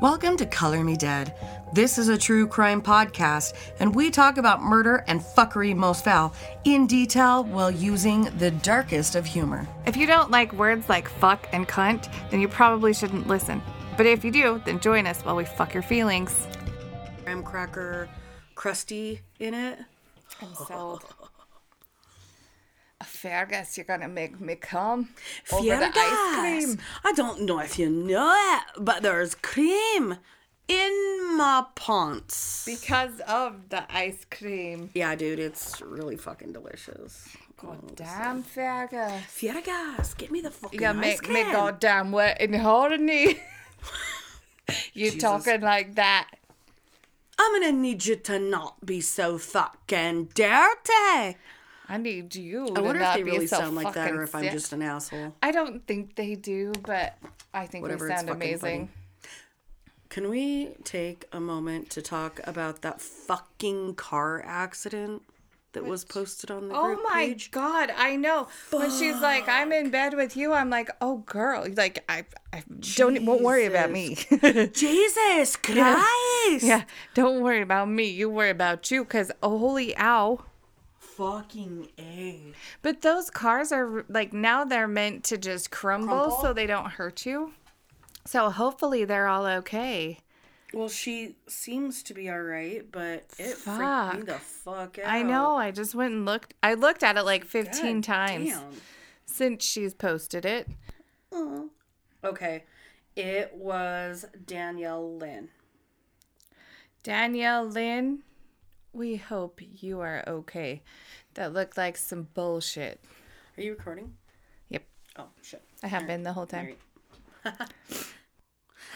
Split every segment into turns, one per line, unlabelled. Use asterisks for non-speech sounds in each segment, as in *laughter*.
Welcome to Color Me Dead. This is a true crime podcast, and we talk about murder and fuckery most foul in detail while using the darkest of humor.
If you don't like words like fuck and cunt, then you probably shouldn't listen. But if you do, then join us while we fuck your feelings.
Graham cracker crusty in it.
I'm sold. Fergus, you're gonna make me come
I don't know if you know it, but there's cream in my pants.
because of the ice cream.
yeah, dude, it's really fucking delicious.
Damn, Fergus.
Fiera gas, get me the fucking
You
ice
make me
cream.
goddamn wet and
*laughs*
horny. you
Jesus.
talking like that?
I'm gonna need you to not be so fucking dirty.
I need you.
I wonder if they really sound like that or if I'm just an asshole.
I don't think they do, but I think
Whatever,
we
it's
sound
fucking
amazing.
Can we take a moment to talk about that fucking car accident that was posted on the
Oh
group
my
page?
god, I know. When she's like, "I'm in bed with you," I'm like, "Oh girl, like I, I don't won't worry about me. *laughs*
Jesus *laughs* Christ!
yeah, don't worry about me. You worry about you, cause oh, holy ow."
Fucking A.
But those cars are like now they're meant to just crumble,
Crumple?
so they don't hurt you. So hopefully they're all okay.
Well, she seems to be alright, but it freaked me
Fuck.
the fuck out.
I know. I just went and looked. I looked at it like 15
God
times
damn.
since she's posted it.
Okay. It was Danielle Lynn.
Danielle Lynn, we hope you are okay. That looked like some bullshit.
Are you recording?
Yep,
Oh, shit.
I have been the whole time.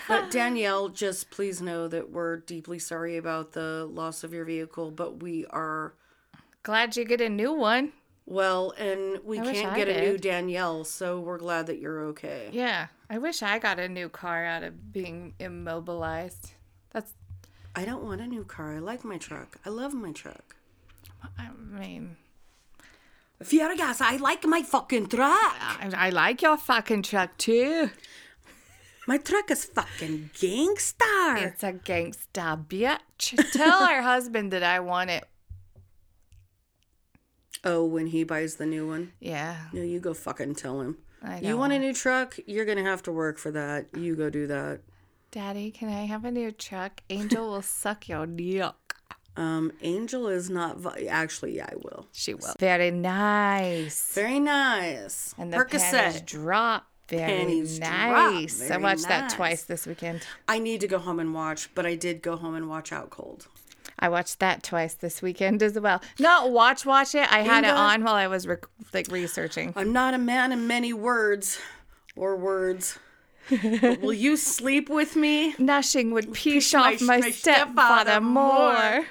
But
*gasps*
Danielle, just please know that we're deeply sorry about the loss of your vehicle, but we are
Glad you get a new one.
well, and we
I wish
can't
I
get a new
did.
Danielle, so we're glad that you're okay.
Yeah, I wish I got a new car out of being immobilized. That's,
I don't want a new car. I like my truck. I love my truck.
I mean,
Fiergas, I like my fucking truck.
I, I like your fucking truck too.
My truck is fucking gangster.
It's a gangsta bitch. Tell her *laughs* husband that I want it.
Oh, when he buys the new one.
Yeah,
No, you go fucking tell him.
I know.
You want a new truck? You're gonna have to work for that. You go do that.
Daddy, can I have a new truck? Angel will suck your dick.
Um, Angel is not vi- actually. Yeah, I will.
She will. Very nice.
Very nice.
And the panties drop. Very
Panties drop.
nice. I
Very
watched that
nice.
twice this weekend.
I need to go home and watch, but I did go home and watch Out Cold.
I watched that twice this weekend as well. Not watch, watch it. I had it
Inga.
on while I was rec- like researching.
I'm not a man of many words, or words. But will you sleep with me?
Nothing would piece off
my-
my,
my stepfather
stepfather
more.
more.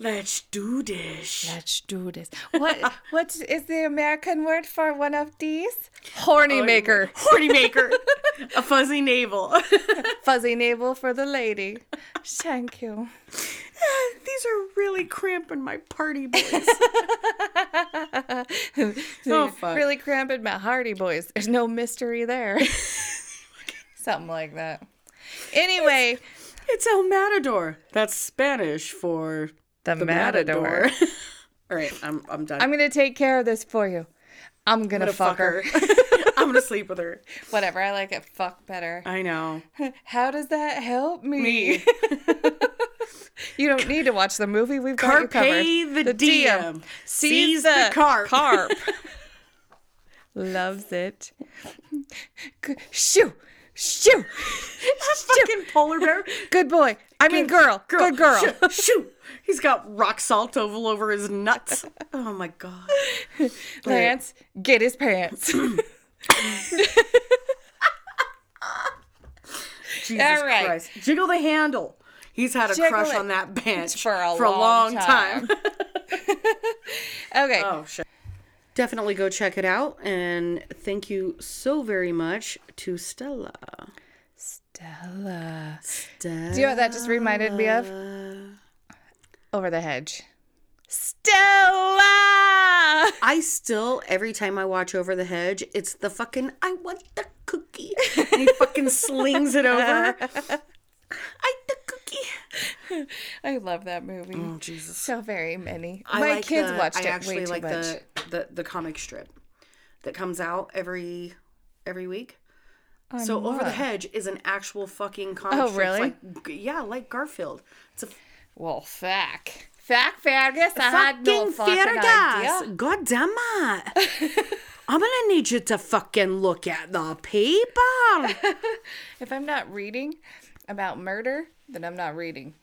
Let's do this.
Let's do this.
*laughs*
What what is the American word for one of these?
Oh,
Horny maker.
Horny maker. a fuzzy navel. *laughs*
Fuzzy navel for the lady. Thank you.
These are really cramping my party boys.
*laughs*
oh fuck.
Really cramping my Hardy Boys. There's no
*laughs*
mystery there. Something like that. Anyway,
It's El Matador. That's Spanish for
the,
the
matador.
Matador. *laughs* All right, I'm I'm done.
I'm gonna take care of this for you. I'm gonna,
gonna
fuck, her.
*laughs* I'm gonna sleep with her.
Whatever. I like it. Fuck better.
I
*laughs*
know.
How does that help me? *laughs* you don't need to watch the movie. We've got you
Carpe
covered.
the,
DM.
diem. Seize the carp. *laughs*
carp. Loves it. G- Shoo,
*laughs*
shoo.
Fucking polar bear.
Good boy. I mean, girl. Good girl.
Shoo, shoo. He's got rock salt all over his nuts. Oh my
*laughs*
god.
Lance, get his pants.
Jesus
All right.
Christ. Jiggle the handle. He's had a
Jiggle
crush
it.
on that bench
For a long
time.
*laughs*
*laughs*
okay.
Oh shit. Definitely go check it out and thank you so very much to Stella.
Stella.
Stella.
Do you know what that just reminded me of? Over the hedge. Stella!
I still every time I watch Over the Hedge, it's
*laughs*
the fucking I want the cookie. And he fucking slings it over. I the cookie.
*laughs*
Oh,
I love that movie.
Jesus.
Mm. So very many.
I
My
like
kids
the-
watched
I
it
actually
way too
like
much.
The, the the comic strip that comes out every every week. so over the hedge is an actual fucking comic
Oh,
strip. It's
really?
Like g- yeah, like Garfield. It's a
Well, fuck. Fuck, Fergus. I had no fucking idea.
God damn it!
*laughs*
I'm gonna need you to fucking look at the paper.
*laughs* If I'm not reading about murder, then I'm not reading.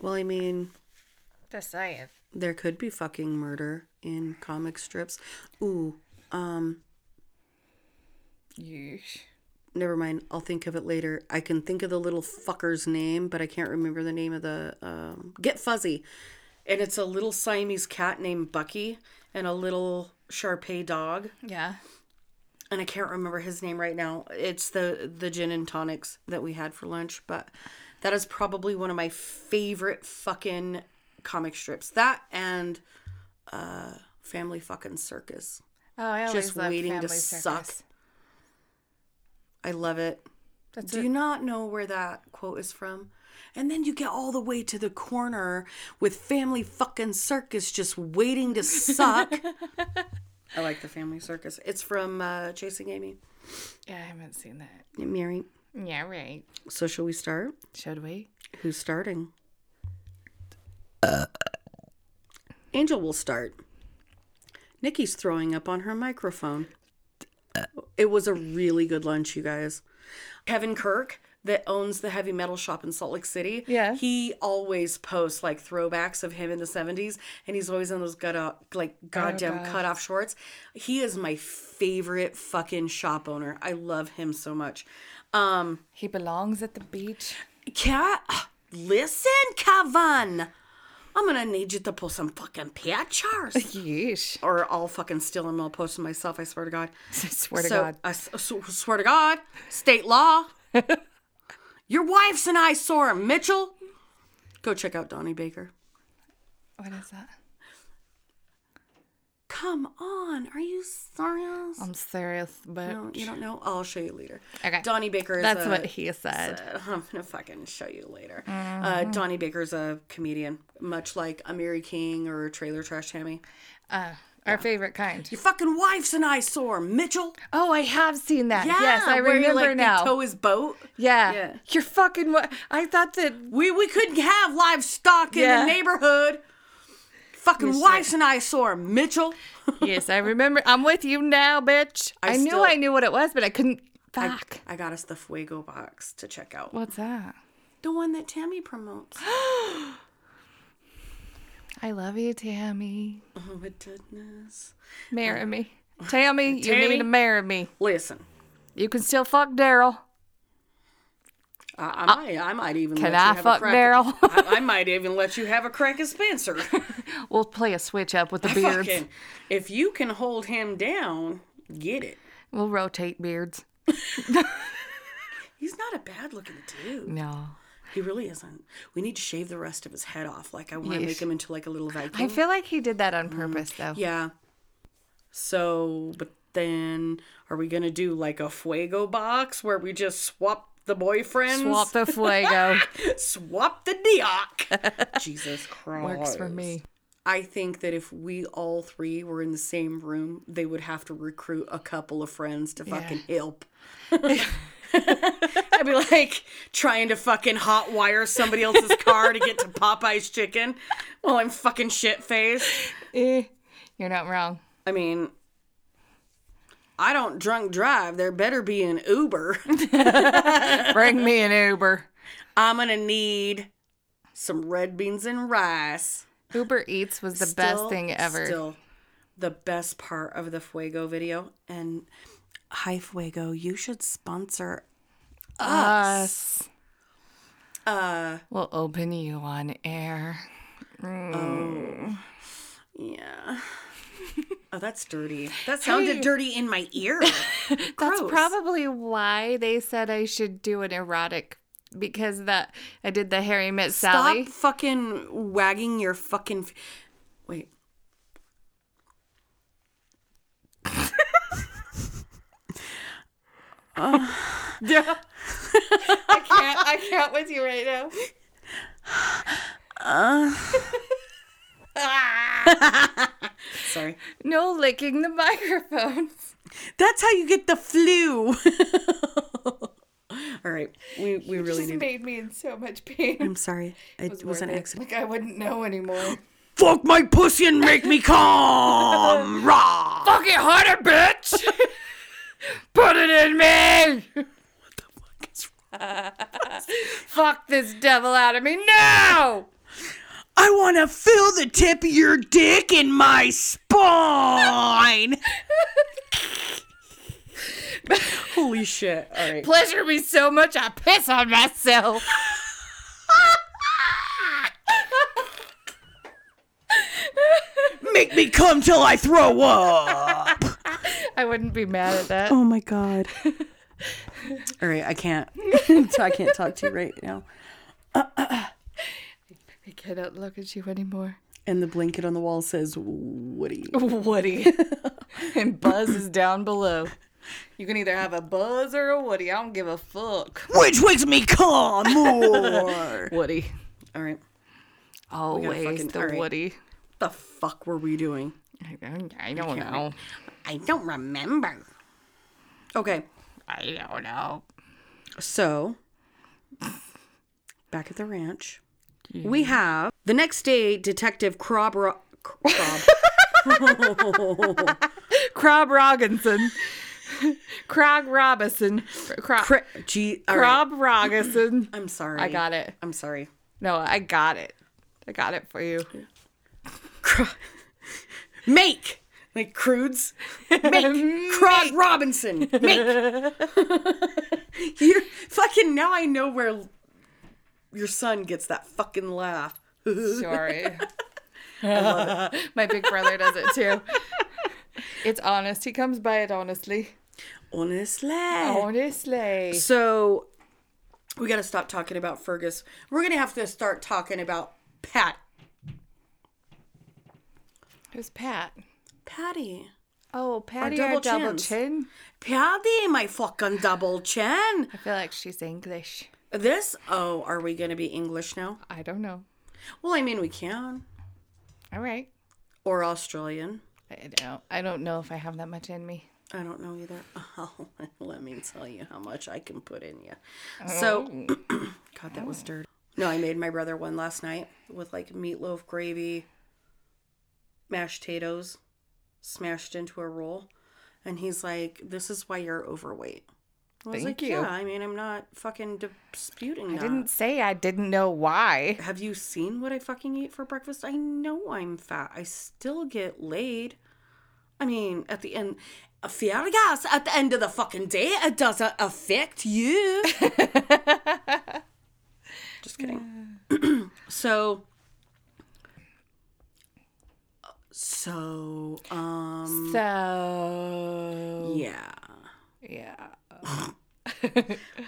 well, I mean,
Just saying.
there could be fucking murder in comic strips. Ooh, um,
Yeesh.
never mind. I'll think of it later. I can think of the little fucker's name, but I can't remember the name of the um, Get Fuzzy. And it's a little Siamese cat named Bucky and a little Shar Pei dog.
Yeah.
And I can't remember his name right now. It's the the gin and tonics that we had for lunch, but that is probably one of my favorite fucking comic strips. That and uh Family fucking Circus.
Oh, I always
Just
loved
waiting to
Family
suck.
Circus.
I love it.
That's
Do you not know where that quote is from? And then you get all the way to the corner with family fucking circus just waiting to
*laughs*
suck. I like the family circus. It's from uh, Chasing Amy.
Yeah, I haven't seen that.
Mary.
Yeah, right.
So shall we start?
Should we?
Who's starting? Uh. Angel will start. Nikki's throwing up on her microphone. It was a really good lunch, you guys. Kevin Kirk, that owns the heavy metal shop in Salt Lake City,
Yeah.
he always posts like throwbacks of him in the 70s, and he's always in those gut out, like goddamn cut off shorts. He is my favorite fucking shop owner. I love him so much. Um,
He belongs at the beach.
Cat, listen, Kevin. I'm gonna need you to pull some fucking
*laughs*
pictures,
Yeesh.
or I'll fucking steal them. I'll post them myself. I swear to God.
I swear to
so,
God.
I s- s- swear to God, state law.
*laughs*
Your wife's an eyesore, Mitchell. Go check out Donnie Baker.
What is that?
Come on, are you serious?
I'm serious, but
No, you don't know. I'll show you later.
Oh, Okay.
Donnie Baker. Is
that's
a-
what he said.
said, *laughs* I'm gonna fucking show you later. Uh, Donnie Baker's a comedian, much like Amiri King or Trailer Trash Tammy.
Uh, our favorite kind.
Your fucking wife's an eyesore, Mitchell.
Oh, I have seen that. yes, I
where he,
remember
like,
now.
They tow his boat.
yeah.
Yeah.
you're fucking. What? I thought *laughs* that.
We we couldn't have livestock in
Yeah.
the neighborhood. Fucking wife's an eyesore, Mitchell.
yes, I remember. I'm with you now, bitch. I,
I
knew
still-
I knew what it was, but I couldn't. Fuck.
I got us the Fuego box to check out.
What's that?
The one that Tammy promotes. *gasps*
I love you, Tammy.
oh my goodness.
Marry me, Tammy. You
Tammy?
need to marry me.
Listen,
You can still fuck Daryl.
I, I might, I might even
Uh, Can
let you
I
have
fuck
a crack.
Daryl?
I, *laughs* I might even let you have a crack at
*laughs*
Spencer.
We'll play a switch up with the beards.
Fucking, if you can hold him down, get it.
We'll rotate beards.
He's not a bad looking dude.
No.
He really isn't. We need to shave the rest of his head off. Like I want to
Yes.
make him into like a little Viking.
I Mm. feel like he did that on purpose, though.
yeah. So, but then are we gonna do like a fuego box where we just swap the boyfriends?
Swap the *laughs* fuego.
swap the
*laughs*
dioc. Jesus Christ.
Works for me.
I think that if we all three were in the same room, they would have to recruit a couple of friends to fucking help. I'd be like trying to fucking hot wire somebody else's car to get to Popeye's chicken while I'm fucking shit faced.
Eh, you're not wrong.
I mean, I don't drunk drive. There better be an Uber. *laughs*
Bring me an Uber.
I'm gonna need some red beans and rice.
Uber Eats was the best
still-
thing ever.
Still, the best part of the Fuego video. And hi, Fuego, you should sponsor.
Us. Uh, we'll open you on air. *laughs*
Yeah. oh, that's dirty. That sounded dirty in my
*laughs*
ear. That's
That's probably why they said I should do an erotic because that I did the Harry Met Sally.
Stop fucking wagging your fucking. F-
*laughs*
Wait.
*laughs*
*laughs* Oh.
I can't. I can't with you right now.
Sorry.
No licking the microphones.
That's how you get the flu. *laughs* All right. We, we really
This
need.
made me in so much pain. *laughs*
I'm sorry. It was,
worth
an
it.
accident.
Like I wouldn't know *laughs* anymore.
Fuck my pussy and make me come! *laughs* Rah!
Fucking harder, bitch! *laughs* Put it in me! *laughs* Fuck this devil out of me now!
I want to feel the tip of your dick in my *laughs* spine.
Holy shit. All right.
Pleasure me so much I piss on myself. *laughs*
Make me come till I throw up.
I wouldn't be mad at that.
*laughs* Oh
*laughs*
my god. All right. I can't. *laughs* I can't talk to you right now.
I cannot look at you anymore.
And the blanket on the wall says Woody.
*laughs* Woody. and Buzz is down below. You can either have a Buzz or a Woody. I don't give a fuck.
Which makes me come more.
*laughs* Woody.
*laughs* All right.
Always
fucking-
the
all right.
Woody.
The fuck were we doing?
I don't, *laughs* I don't know.
I don't remember. Okay.
I don't know.
So, back at the ranch, we have the next day, Detective Crobro.
*laughs*
Crob.
Crab *laughs* Robinson. Crog Robinson. Crog,
Cra- Gee, all right.
Crab Robinson.
I'm sorry.
*clears throat* I got it.
I'm sorry.
No, I got it. I got it for you.
Make like crudes. *laughs* Make Crog Robinson. Make. *laughs* you fucking now. I know where your son gets that fucking laugh. *laughs*
*laughs* Sorry. *laughs* My big brother does it *laughs* too. It's honest. He comes by it honestly.
Honestly.
Honestly.
So we got to stop talking about Fergus. We're going to have to start talking about Pat.
Who's Pat?
Patty.
Oh, Patty,
double
our double
chins.
chin.
Patty, my fucking double chin.
I feel like she's English.
This, oh, are we going to be English now?
I don't know.
Well, I mean, we can.
All right.
Or Australian.
I don't. I don't know if I have that much in me.
I don't know either. *laughs* Oh, let me tell you how much I can put in you. So,
Oh.
*clears throat* God, that was dirty. No, I made my brother one last night with like meatloaf gravy, mashed potatoes, smashed into a roll, and he's like, "This is why you're overweight." I was
Thank
like,
you.
"Yeah, I mean, I'm not fucking disputing
I
that."
didn't say I didn't know why.
Have you seen what I fucking eat for breakfast? I know I'm fat. I still get laid. I mean, at the end, a fair gas, at the end of the fucking day, it doesn't affect you. *laughs* Just kidding. *clears throat* so, uh, so, um,
So
yeah.
yeah.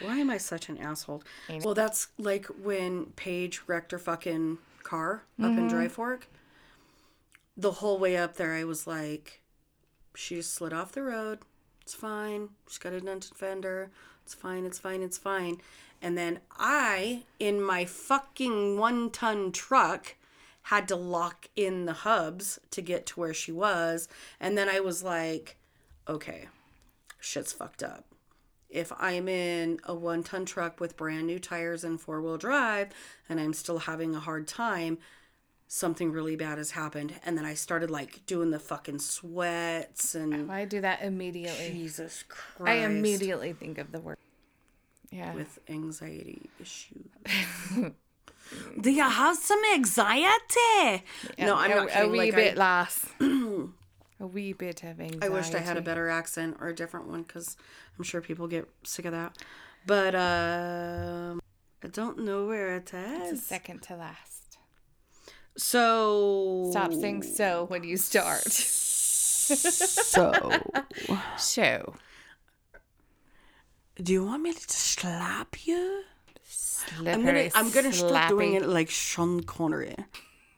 Why am I such an asshole? Well, that's like when Paige wrecked her fucking car up in Dry Fork. The whole way up there, I was like, she just slid off the road. It's fine. She's got a dented fender. It's fine. It's fine. It's fine. And then I, in my fucking one ton truck, had to lock in the hubs to get to where she was. And then I was like, okay, shit's fucked up if I'm in a one ton truck with brand new tires and four wheel drive and I'm still having a hard time, something really bad has happened. And then I started like doing the fucking sweats and
I do that immediately.
Jesus Christ.
I immediately think of the word. Yeah.
with anxiety
*laughs*
issues. Do you have some anxiety? No, I'm
a,
not
a
kidding.
wee
like,
bit
I, *clears throat*
loss. a wee bit of anxiety.
I wished I had a better accent or a different one because I'm sure people get sick of that. But um, I don't know where it is.
second to last.
So
Stop saying so when you start.
*laughs* So
So
do you want me to slap you?
slippery,
I'm gonna I'm gonna start
slappy.
doing it like Sean Connery.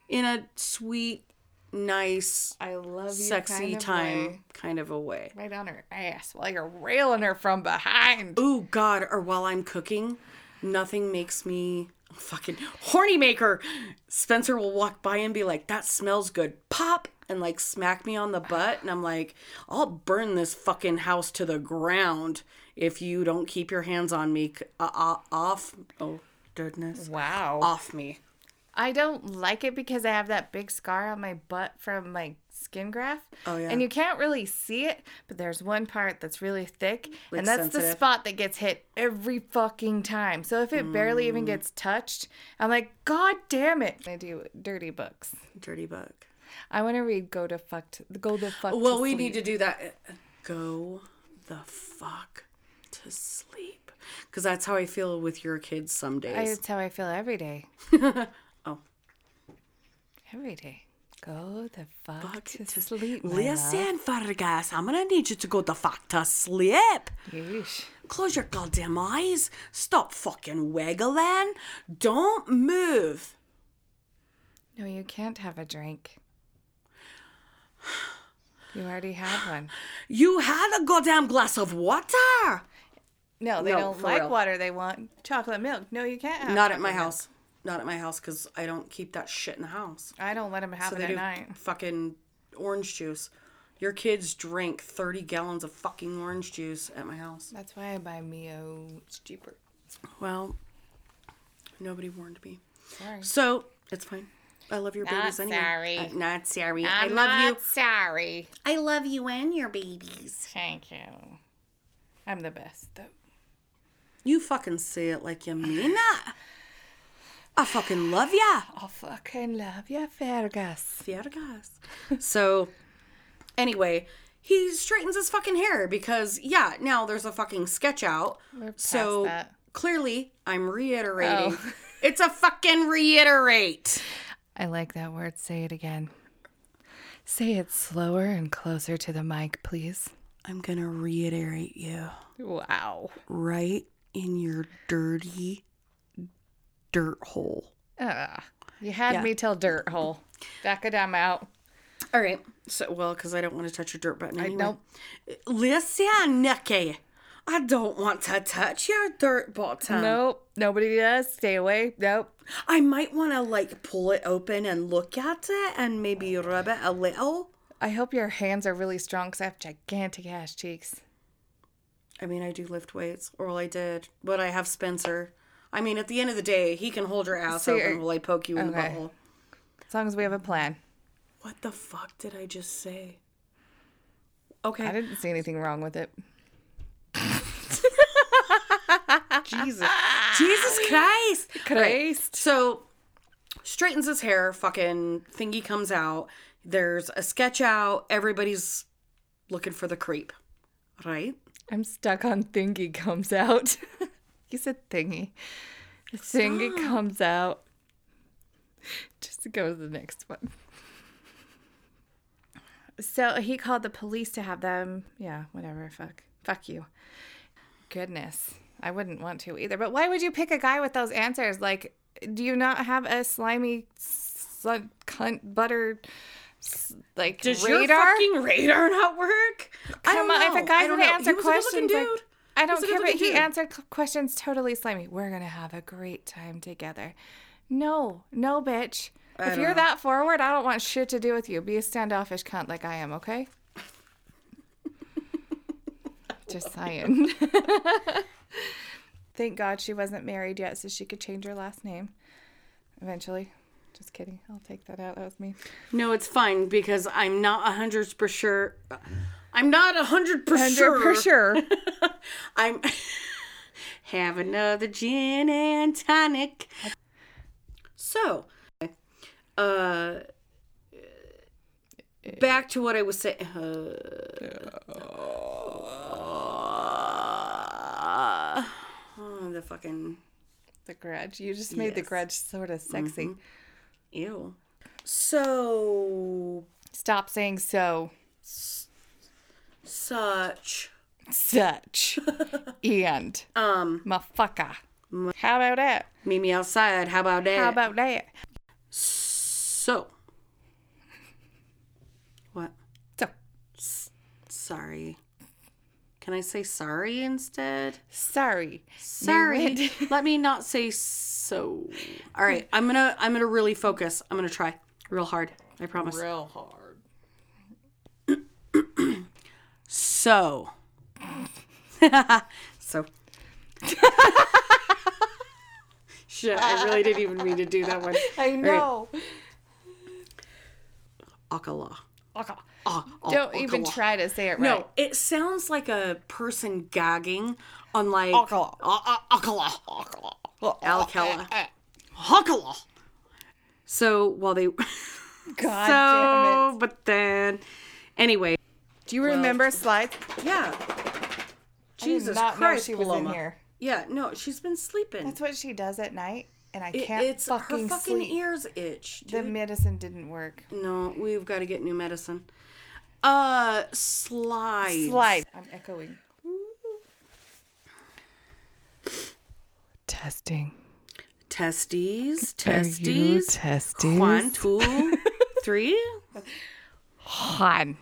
In a sweet nice,
I love you.
sexy
kind of
time
way.
kind of a way.
Right on her ass while you're railing her from behind.
Ooh, Oh God, or while I'm cooking, nothing makes me fucking horny maker. Spencer will walk by and be like, that smells good. Pop! And like smack me on the butt. And I'm like, I'll burn this fucking house to the ground if you don't keep your hands on me. c- Uh, uh, off. Oh, goodness.
Wow.
Off me.
I don't like it because I have that big scar on my butt from my skin graft.
Oh, yeah.
And you can't really see it, but there's one part that's really thick,
Like
and that's the
sensitive.
spot that gets hit every fucking time. So if it barely
Mm.
even gets touched, I'm like, God damn it! I do dirty books.
Dirty buck.
I want to read Go to Fuck. To, go the fuck.
Well,
to
we
sleep.
need to do that. Go the fuck to sleep. Because that's how I feel with your kids some days.
I, that's how I feel every *laughs* day. Oh. Every day. Go the fuck, to, sleep. my love.
Listen, Fargas, I'm gonna need you to go the fuck to sleep.
Yeesh.
Close your goddamn eyes. Stop fucking wiggling. Don't move.
No, you can't have a drink. You already had one.
You had a goddamn glass of water.
*sighs* No, they
No,
don't
for
like
real.
water. They want chocolate milk. No, you can't have.
Not at
chocolate
my
milk.
house. Not at my house because I don't keep that shit in the house.
I don't let them have
So
it
they
at
do
night.
fucking orange juice. Your kids drink 30 gallons of fucking orange juice at my house.
That's why I buy Mio. It's cheaper.
Well, nobody warned me.
Sorry.
So it's fine. I love your
Not
babies anyway.
sorry.
Uh, not sorry. i
I'm
love you.
not Sorry.
I love you and your babies.
Thank you. I'm the best though.
You fucking say it like you mean it. I fucking love ya.
I fucking love you, Fergus. *laughs*
Fiergas. So, anyway, he straightens his fucking hair because, yeah, now there's a fucking sketch out.
We're past
so,
that.
clearly, I'm reiterating.
Oh.
It's a fucking reiterate.
I like that word. Say it again. Say it slower and closer to the mic, please.
I'm gonna reiterate you
Wow.
right in your dirty dirt hole.
Ah, you had me till dirt hole. Becca, I'm out.
All right. So, well, because I don't want to touch your dirt button anyway.
don't.
Listen, Nikki, I don't want to touch your dirt button.
Nope. Nobody does. Stay away. Nope.
I might want to like pull it open and look at it and maybe rub it a little.
I hope your hands are really strong because I have gigantic ass cheeks.
I mean, I do lift weights, or well, I did, but I have Spencer. I mean, at the end of the day, he can hold your ass
So you're-
open while I poke you in the
Okay.
butthole.
As long as we have a plan.
What the fuck did I just say?
I
Okay,
didn't see anything wrong with it.
Jesus, Jesus Christ!
Christ.
So straightens his hair, fucking thingy comes out. There's a sketch out. Everybody's looking for the creep, right?
I'm stuck on thingy comes out. *laughs* you said thingy. Thingy comes out. Just to go to the next one. So he called the police to have them. Yeah, whatever. Fuck. Fuck you. Goodness. I wouldn't want to either. But why would you pick a guy with those answers? Like, do you not have a slimy, slut, cunt, butter, s- like,
Does
radar?
your fucking radar not work? I
Come
don't
on,
know.
if a guy
I don't
can
know.
answer
he was a good-looking
questions, like,
dude.
I
was a
don't care, but
good-looking
he
dude.
answered c- questions totally slimy. We're gonna have a great time together. No, no, bitch. if you're that forward, I don't want shit to do with you. Be a standoffish cunt like I am, okay? *laughs* Just saying. *laughs* Thank God she wasn't married yet, so she could change her last name eventually. Just kidding. I'll take that out. That was me.
No, it's fine because I'm not a hundred per sure. I'm not a hundred per
For
sure.
sure.
*laughs*
*laughs*
I'm *laughs* have another gin and tonic. So, uh, back to what I was saying. Uh, oh, the fucking
the grudge. You just made the
Yes. Mm-hmm.
grudge sort of sexy.
ew. So
Stop saying so.
such.
Such.
*laughs*
and. Um. Motherfucker.
Mm.
How about that?
Meet Eh. me outside. How about that?
How about that?
so? sorry. Can I say sorry instead?
Sorry.
*laughs* Sorry. Let me not say so. All right, I'm going to I'm going to really focus. I'm going to try real hard. I promise.
Real hard.
So. *laughs* so. *laughs* Shit, I really didn't even mean to do that one.
I know.
Akala.
Aka.
Ah, ah,
Don't even
akala.
try to say it
No,
right.
Oh, it sounds like a person gagging on like
Akala.
Ah, ah, akala.
No.
Alcala. Hakala. So while they *laughs*
God damn it.
so, but then anyway,
Do you remember slides?
yeah. Jesus
I did not
Christ,
know she was
Paloma.
in here.
Yeah, no, she's been sleeping.
That's what she does at night, and I
It-
can't
it's her
fucking,
fucking
sleep.
ears itch.
The medicine didn't work.
No, we've got to get new medicine. Uh, slides.
Slide. I'm echoing. Testing.
Testes. Testes.
testes?
One,
*laughs*
two, three.
Han.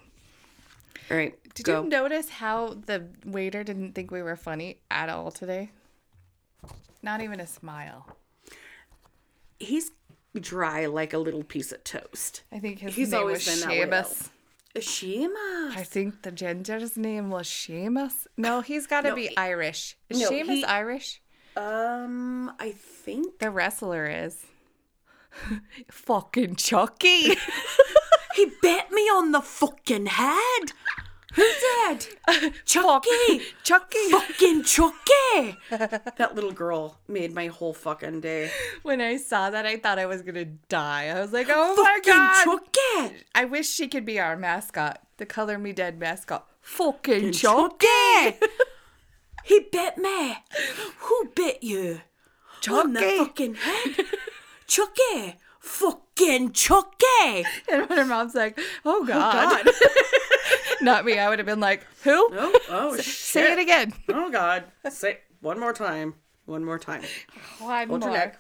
All right,
Did
go.
you notice how the waiter didn't think we were funny at all today? Not even a smile.
He's dry like a little piece of toast.
I think his
He's
name
always
was
been that way, though.
Seamus.
Shima.
I think the ginger's name was Seamus. No, he's got to be Irish. Is
no,
Seamus
he-
Irish?
Um, I think
The wrestler is. *laughs* Fucking
*laughs*
Chucky.
he bit me on the fucking head. Who *laughs* did? Chucky.
Chucky.
fucking Chucky. *laughs* that little girl made my whole fucking day.
When I saw that, I thought I was going to die. I was like, oh my
fucking
God.
Chucky.
I wish she could be our mascot, the Color Me Dead mascot. Fucking Chucky.
Chucky. he bit me. Who bit you? On the
Chucky.
fucking head. Chucky. Fucking Chucky.
*laughs* And when her mom's like, oh God. *laughs* Not me. I would have been like, who?
*laughs* Oh, oh shit.
Say it again.
Oh God. Say one more time. One more time.
One
Hold your
more.
neck.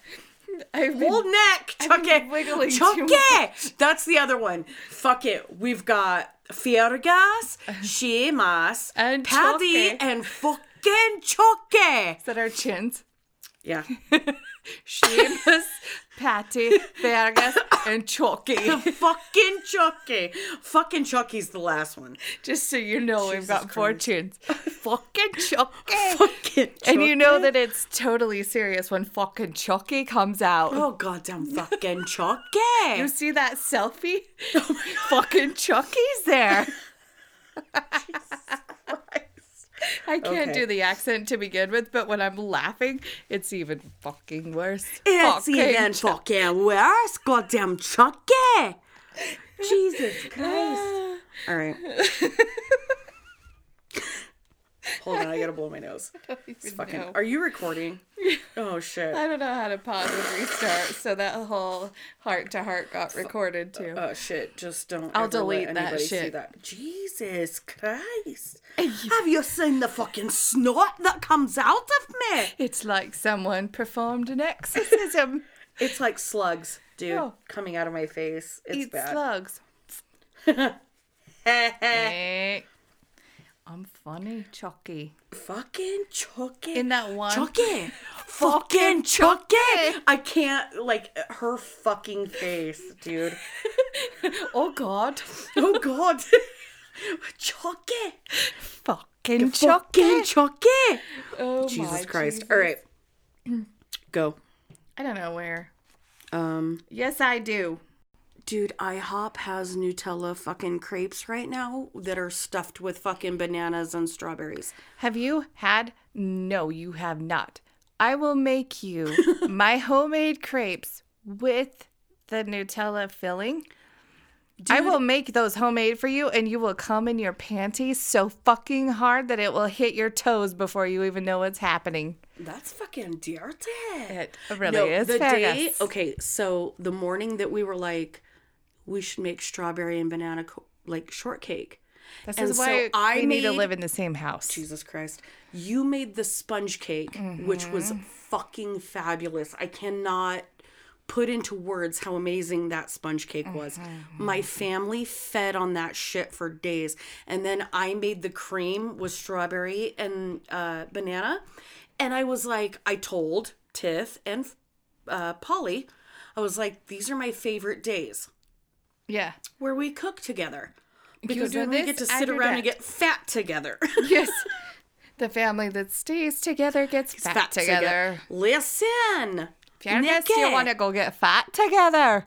I've been
Old neck,
I've
chuck
been
it,
wiggling
chuck
too
it. That's the other one. Fuck it. We've got
*laughs*
Fiergas, Seamus,
And
Paddy,
Chucky.
and fucking Chucky.
that our chins. *laughs*
Yeah, *laughs*
Seamus, Patty, Fergus, and Chucky.
*laughs* fucking Chucky. Fucking Chucky's the last one.
Just so you know, we've got
Jesus
four
Christ. *laughs*
chins. Fucking Chucky.
Fucking.
Eh. And you
Chucky.
know that it's totally serious when fucking Chucky comes out.
Oh goddamn fucking Chucky.
*laughs*
*laughs*
You see that selfie?
Oh
Fucking Chucky's
*laughs*
there. I can't
Okay.
do the accent to begin with, but when I'm laughing, it's even fucking worse.
It's
Fucking
even
*laughs* Chuck-
fucking worse. Goddamn
*laughs*
Chucky. Jesus
*sighs*
Christ. All right. Hold on, I gotta blow my nose. It's fucking.
know.
Are you
*laughs*
recording? Oh shit.
I don't know how to pause and restart, so that whole heart to heart got recorded too.
Oh shit! Just don't. ever
I'll
let
delete that
anybody See
shit.
that. Jesus
*laughs*
Christ! Have you seen the fucking snot that comes out of me?
It's like someone
*laughs*
performed an exorcism.
It's like slugs, dude,
Oh.
coming out of my face. It's
Eat
bad.
slugs. Eh. I'm funny, Chucky.
fucking Chucky.
In that one- *laughs*
Chucky. fucking Chucky. I can't, like, her fucking face, dude.
Oh God, *laughs*
Oh, God. *laughs* Chucky.
fucking
Fucking
Chucky.
Chucky.
Oh
Jesus
my
Christ.
Jesus.
All right.
*clears throat*
Go.
I don't know where.
Um,
Yes, I do.
dude, IHOP has Nutella fucking crepes right now that are stuffed with fucking bananas and strawberries.
Have you had? No, you have not. I will
*laughs*
make you my homemade crepes with the Nutella filling. I will make those homemade for you, and you will come in your panties so fucking hard that it will hit your toes before you even know what's happening.
That's fucking dirty.
It really
No,
is.
the
Fergus.
day. Okay, so the morning that we were like, we should make strawberry and banana co- like shortcake.
This
and
is
so
why
I
we need to
made-
live in the same house.
Jesus Christ, you made the sponge cake, which was fucking fabulous. I cannot put into words how amazing that sponge cake was. My family fed on that shit for days. And then I made the cream with strawberry and uh, banana. And I was like, I told Tiff and uh, Polly, I was like, these are my favorite days
Yeah.
where we cook together. Because
do
then we
this,
get to
I
sit
do
around and
that.
get fat together. *laughs*
Yes. the family that stays together gets fat,
fat
together.
together. Listen.
Fairness, do you
Nikki.
want to go get fat together?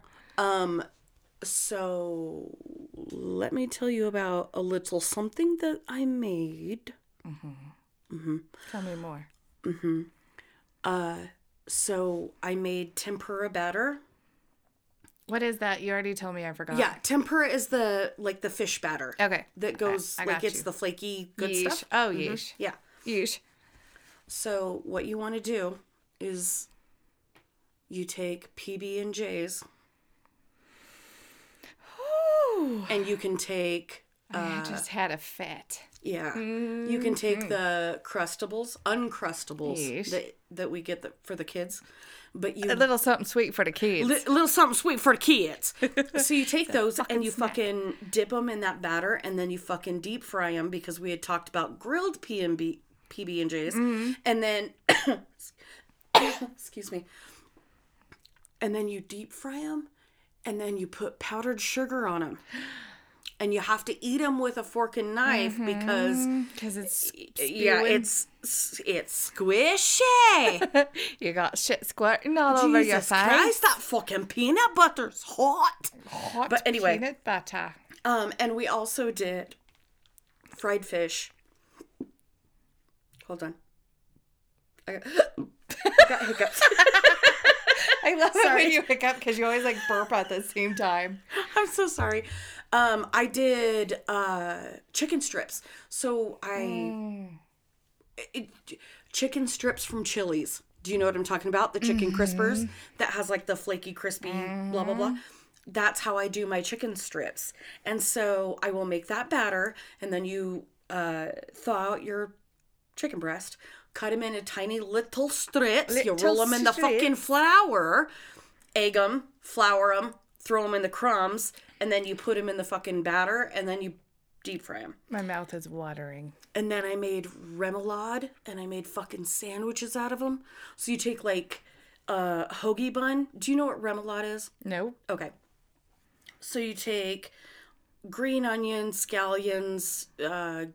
So let me tell you about a little something that I made.
Tell me more.
So I made tempura batter.
What is that? You already told me. I forgot.
Yeah, tempura is the like the fish batter.
Okay.
That goes
I
like
got
it's
you.
the flaky good
Yeesh.
stuff.
Oh, yeesh.
Yeah.
Yeesh.
So what you want to do is you take PB and J's
Ooh. Uh,
and you can take
I just had a fit.
Yeah. You can take the crustables, uncrustables
Yeesh. Uh,
that that we get the, for the kids. But you
A little something sweet for the kids.
li- little something sweet for the kids. so you take those and you fucking dip them in that batter and then you fucking deep fry them because we had talked about grilled PB PB and J's and then *coughs* excuse me. And then you deep fry them and then you put powdered sugar on them. And you have to eat them with a fork and knife because
Because it's
yeah,
spewing.
it's it's *laughs* squishy.
you got shit squirting all over your
Jesus
face.
Christ, that fucking peanut butter's hot.
Hot
But anyway.
peanut butter.
Um, and we also did fried fish. Hold on. I got, I got hiccups. *laughs*
I love it when you hiccup because you always like burp at the same time.
I'm so sorry. Um, I did uh chicken strips. So I it, chicken strips from Chili's. Do you know what I'm talking about? The chicken crispers that has like the flaky, crispy, blah blah blah. That's how I do my chicken strips. And so I will make that batter, and then you uh, thaw out your chicken breast, cut them into tiny little strips. you
Little
roll them in the fucking flour, egg them, flour them, throw them in the crumbs, and then you put them in the fucking batter, and then you deep fry them.
My mouth is watering.
And then I made remoulade and I made fucking sandwiches out of them. So you take like a hoagie bun. Do you know what remoulade is?
No.
Okay. So you take green onions, scallions, uh,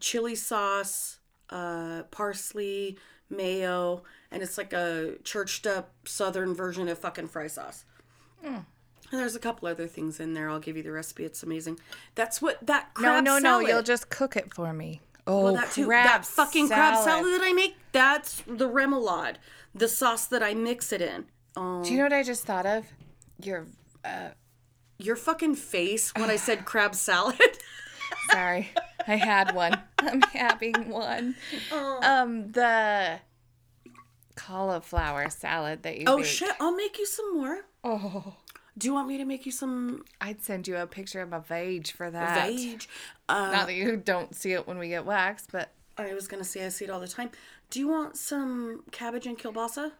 chili sauce, uh, parsley, mayo, and it's like a churched up southern version of fucking fry sauce.
Mm.
And there's a couple other things in there. I'll give you the recipe. It's amazing. That's what that
No,
crab
no, no.
salad.
You'll just cook it for me. Oh,
Well, that too.
crab
that fucking crab
salad.
salad that I make. That's the remoulade, the sauce that I mix it in. Oh.
Do you know what I just thought of? Your
Your fucking face when I *sighs* said crab salad. *laughs*
sorry, I had one. *laughs* I'm having one.
Oh.
Um, the cauliflower salad that you.
oh
made.
shit, I'll make you some more.
Oh,
Do you want me to make you some
I'd send you a picture of a vage for that.
veg? Uh,
Not that you don't see it when we get waxed, but
I was gonna say I see it all the time. Do you want some cabbage and kielbasa?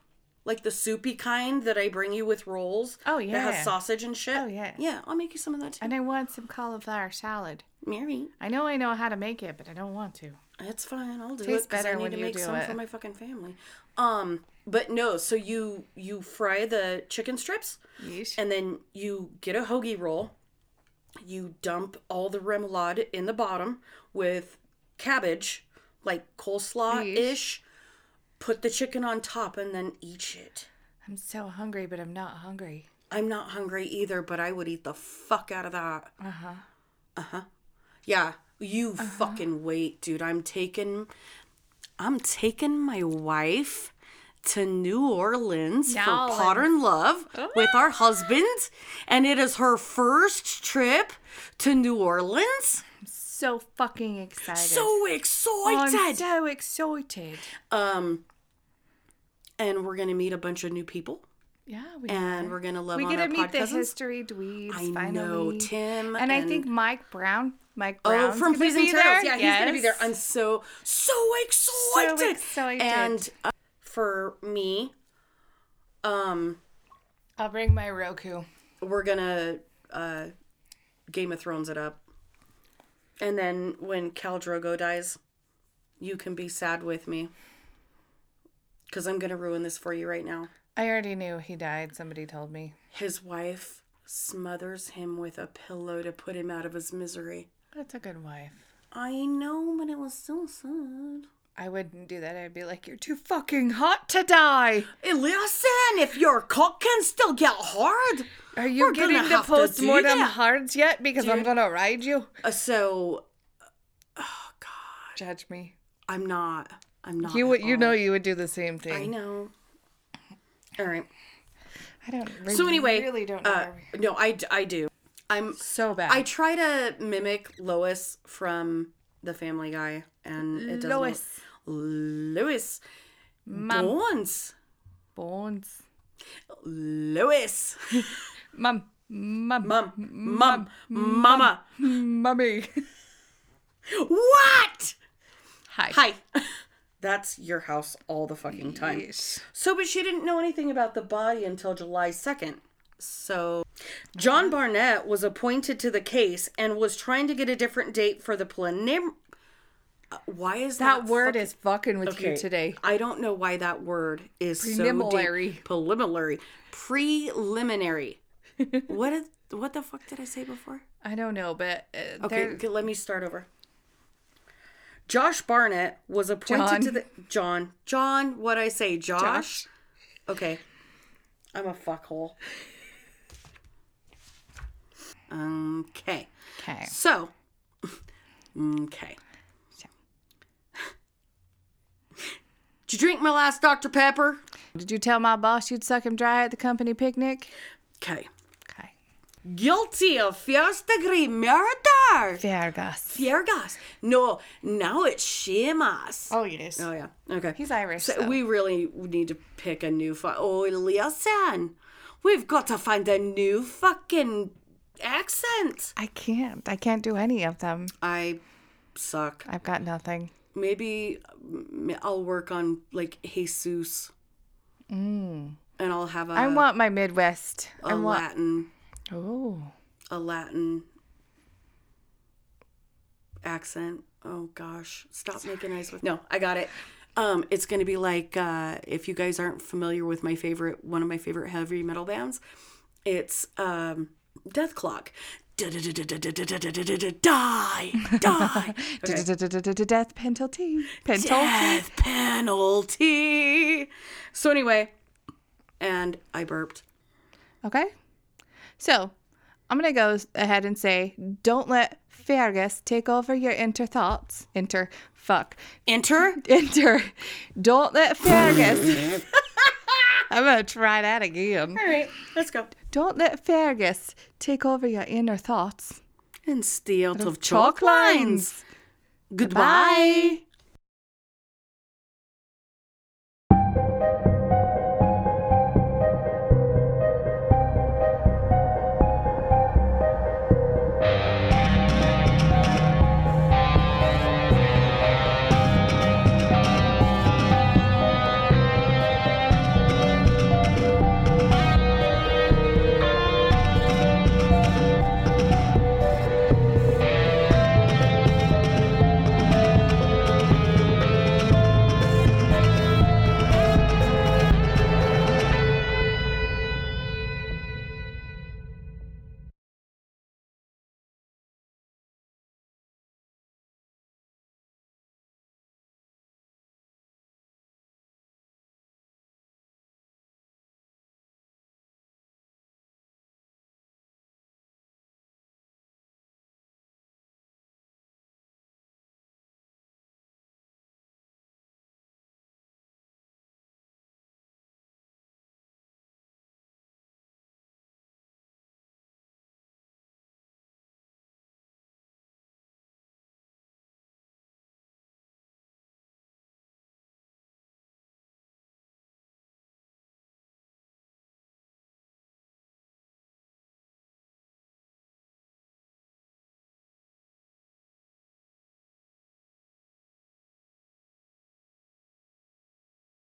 Like the soupy kind that I bring you with rolls.
Oh,
That
yeah.
has sausage and shit.
Oh, yeah.
Yeah, I'll make you some of that too.
and I want some cauliflower salad.
Mary,
I know I know how to make it, but I don't want to.
It's fine. I'll do
Tastes
it because I
better
need
when
to
you
make
do
some
it.
for my fucking family. Um, but no. So you you fry the chicken strips,
Yeesh.
and then you get a hoagie roll. You dump all the remoulade in the bottom with cabbage, like coleslaw ish. Put the chicken on top and then eat it.
I'm so hungry, but I'm not hungry.
I'm not hungry either, but I would eat the fuck out of that. Uh huh. Uh
Uh-huh.
huh. Yeah, you fucking wait, dude. I'm taking, I'm taking my wife to New Orleans
New
for Potter and Love with our husbands, and it is her first trip to New Orleans.
So fucking excited.
So excited!
Oh,
Um,
I'm so excited.
and we're gonna meet a bunch of new people,
Yeah, we
and we're gonna love
we
on
get
our
to meet
pod
the
cousins.
history dweebs.
I know,
finally.
Tim
and, I
and-
think Mike Brown. Mike Brown.
Oh, from
Please
Pleasing
be
Tales.
there.
Yeah, he's gonna be there.
Yes.
I'm so so excited.
excited.
And uh, for me, Um,
I'll bring my Roku.
we're gonna uh, Game of Thrones it up, and then when Cal Drogo dies, you can be sad with me, because I'm gonna ruin this for you right now.
I already knew he died. Somebody told me.
His wife smothers him with a pillow to put him out of his misery.
That's a good wife.
I know, but it was so sad.
I wouldn't do that. I'd be like, you're too fucking hot to die.
Listen, if your cock can still get hard.
Are you
We're gonna
getting the
have to do
post mortem
that.
hards yet? Because I'm gonna ride you.
Uh, so
Judge me.
I'm not. I'm not.
You
at
would. You
all.
know you would do the same
I
thing.
know. All right.
I don't.
So anyway,
really don't know.
uh,
where we-
no, I, d- I do. I'm.
so bad.
I try to mimic Lois from The Family Guy, and it doesn't.
Lois.
Lois.
Mom.
Bones.
Bones.
Lois.
Mum. Mum.
Mum. Mum. Mama.
Mummy.
What?
Hi.
Hi. *laughs* That's your house all the fucking time.
Yes.
So, but she didn't know anything about the body until July 2nd. So, John Barnett was appointed to the case and was trying to get a different date for the prelim. Uh, Why is that,
That word
fucking-
is fucking with you today.
I don't know why that word is
Preliminary.
so deep. preliminary. Preliminary. what is, what the fuck did I say before?
I don't know, but uh,
Okay,
there
g- let me start over. Josh Barnett was appointed
John.
to the John. John, what I say, Josh?
Josh.
Okay. I'm a fuckhole. Okay.
Okay.
So, okay. Did you drink my last Dr. Pepper?
Did you tell my boss you'd suck him dry at the company picnic?
Okay.
Okay.
Guilty of first degree murder.
Fergus.
Fiergas. No, now it's Shimas.
Oh yes.
Oh yeah. Okay.
He's Irish.
So
so-
we really need to pick a new fu- Oh, listen, we've got to find a new fucking accent.
I can't. I can't do any of them.
I suck.
I've got nothing.
Maybe mm, I'll work on like Jesus, and I'll have a,
Mm. I want my Midwest. I
a
want.
Latin,
Uh. Oh.
a Latin accent. Oh gosh, stop making eyes with. No, I got it. Um, it's gonna be like uh, if you guys aren't familiar with my favorite, one of my favorite heavy metal bands, it's um, Death Clock. Die, *laughs* die. Okay.
Death penalty. Penalty.
Death penalty. So anyway, and I burped.
Okay. So I'm gonna go s- ahead and say, don't let Fergus take over your inner thoughts. Inter. Fuck. *laughs*
Enter.
Enter. Don't let Fergus. *laughs* I'm gonna try that again.
All right, let's go.
Don't let Fergus take over your inner thoughts.
And stay out of
Chalk
chalk lines.
lines.
Goodbye.
Bye.